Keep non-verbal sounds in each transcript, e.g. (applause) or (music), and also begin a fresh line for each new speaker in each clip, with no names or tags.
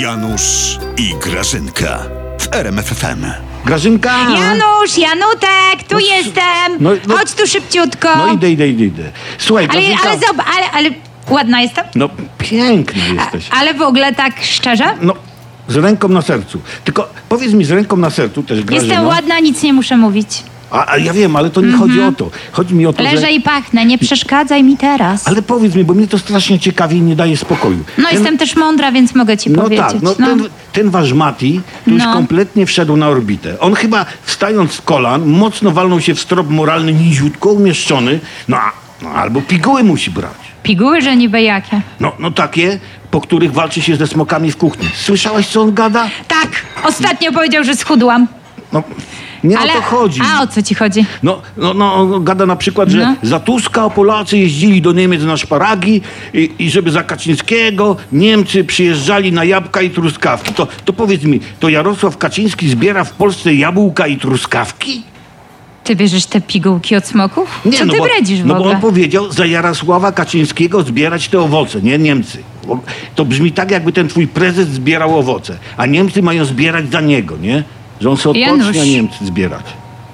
Janusz i Grażynka w RMFFM.
Grażynka!
Janusz, Janutek, tu jestem!
no- no-
Chodź tu szybciutko!
No idę, idę, idę, idę. Słuchaj,
ale,
Grażynka...
ale zobacz, ale, ale ładna jestem?
No piękna jesteś.
Ale w ogóle tak szczerze?
No, z ręką na sercu. Tylko powiedz mi, z ręką na sercu też Grażyna...
Jestem ładna, nic nie muszę mówić.
A, a ja wiem, ale to nie chodzi
Mhm.
o to. Chodzi mi o to, że...
Leżę i pachnę, nie przeszkadzaj mi teraz.
Ale powiedz mi, bo mnie to strasznie ciekawi i nie daje spokoju.
No
Ten-
jestem też mądra, więc mogę ci
No
powiedzieć.
tak, no, Ten, ten wasz Mati tu już
No.
kompletnie wszedł na orbitę. On chyba wstając z kolan, mocno walnął się w strop moralny, niziutko umieszczony, no, a, no albo piguły musi brać.
Piguły, że niby jakie.
No, no takie, po których walczy się ze smokami w kuchni. Słyszałaś, co on gada?
Tak, ostatnio powiedział, że schudłam.
No, nie
ale...
o to chodzi.
A o co ci chodzi?
No, no, no, on gada na przykład, że
No.
za Tuska Polacy jeździli do Niemiec na szparagi i, i żeby za Kaczyńskiego Niemcy przyjeżdżali na jabłka i truskawki. To, to powiedz mi, to Jarosław Kaczyński zbiera w Polsce jabłka i truskawki?
Ty bierzesz te pigułki od smoków? co
no
ty
bo,
bredzisz w
No bo
ogóle?
on powiedział, za Jarosława Kaczyńskiego zbierać te owoce, nie Niemcy. O, To brzmi tak, jakby ten twój prezes zbierał owoce, a Niemcy mają zbierać za niego, nie? Że on sobie odpocznie, a
Janusz.
Niemcy zbierać.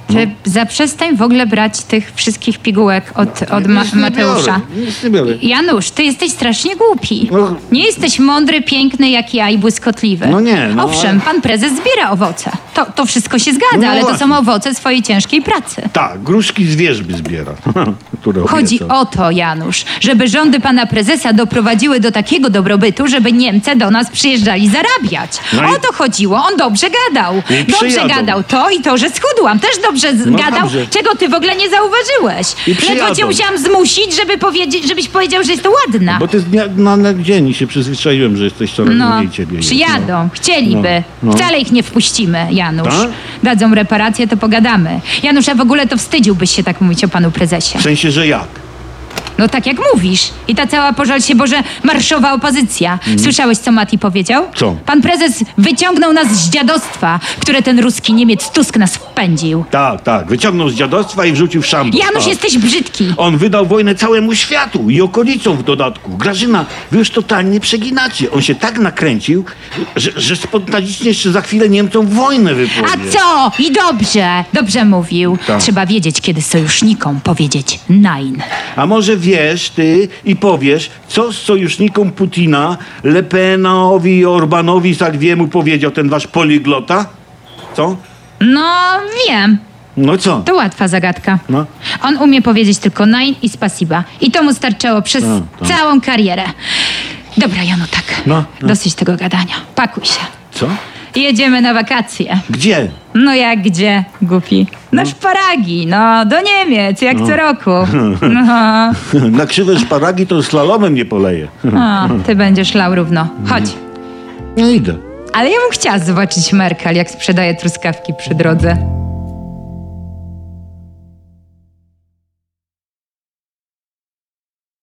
Ty zaprzestań w ogóle brać tych wszystkich pigułek od, od Ma-
Nic No, nie
Mateusza.
biorę, Nic nie biorę.
Janusz, ty jesteś strasznie głupi.
No.
Nie jesteś mądry, piękny jak ja i błyskotliwy.
No nie, no, ale-
Owszem, pan prezes zbiera owoce. To, to wszystko się zgadza,
No
ale to
właśnie.
są owoce swojej ciężkiej pracy.
Tak, gruszki z wierzby zbiera. (laughs) które
Chodzi
obiecał.
o to, Janusz, żeby rządy pana prezesa doprowadziły do takiego dobrobytu, żeby Niemcy do nas przyjeżdżali zarabiać.
No i-
O to chodziło. On dobrze gadał.
I
Dobrze
przyjadą.
gadał to i to, że schudłam. Też dobrze z-
No
gadał,
dobrze.
czego ty w ogóle nie zauważyłeś.
I
Ledwo cię
przyjadą.
musiałam zmusić, żeby powiedzieć, żebyś powiedział, że jestem ładna.
Bo ty z dnia na, na dzień i się przyzwyczaiłem, że jesteś coraz
No,
mniej ciebie. jest,
przyjadą, chcieliby.
No, no.
Wcale ich nie wpuścimy, Janusz.
Tak?
Dadzą reparację, to pogadamy. Janusz, a w ogóle to wstydziłbyś się tak mówić o panu prezesie.
W sensie, że jak?
No tak jak mówisz. I ta cała, pożal się Boże, marszowa opozycja. Słyszałeś, co Mati powiedział?
Mhm. Co?
Pan prezes wyciągnął nas z dziadostwa, które ten ruski Niemiec Tusk nas wpędził.
Tak, tak. Wyciągnął z dziadostwa i wrzucił w szambur.
Janusz,
tak.
jesteś brzydki.
On wydał wojnę całemu światu i okolicom w dodatku. Grażyna, wy już totalnie przeginacie. On się tak nakręcił, że, że spontanicznie jeszcze za chwilę Niemcom wojnę wypowie.
A co? I dobrze, dobrze mówił.
Tak.
Trzeba wiedzieć, kiedy sojusznikom powiedzieć nein.
A może wiesz ty i powiesz, co z sojusznikom Putina, Le Penowi, Orbanowi, Salwiemu powiedział ten wasz poliglota? Co?
No, wiem.
No co?
To łatwa zagadka.
No.
On umie powiedzieć tylko nein i spasiba. I to mu starczyło przez
No, tak.
całą karierę. Dobra, Janu, tak.
No, no.
Dosyć tego gadania. Pakuj się.
Co?
Jedziemy na wakacje.
Gdzie? (laughs)
No jak gdzie, głupi? Na szparagi, no, do Niemiec, jak co roku.
(laughs)
No,
Na krzywe szparagi to slalomem nie (laughs) poleję.
o, ty będziesz lał równo. Chodź.
No idę.
Ale ja bym chciała zobaczyć Merkel, jak sprzedaje truskawki przy drodze.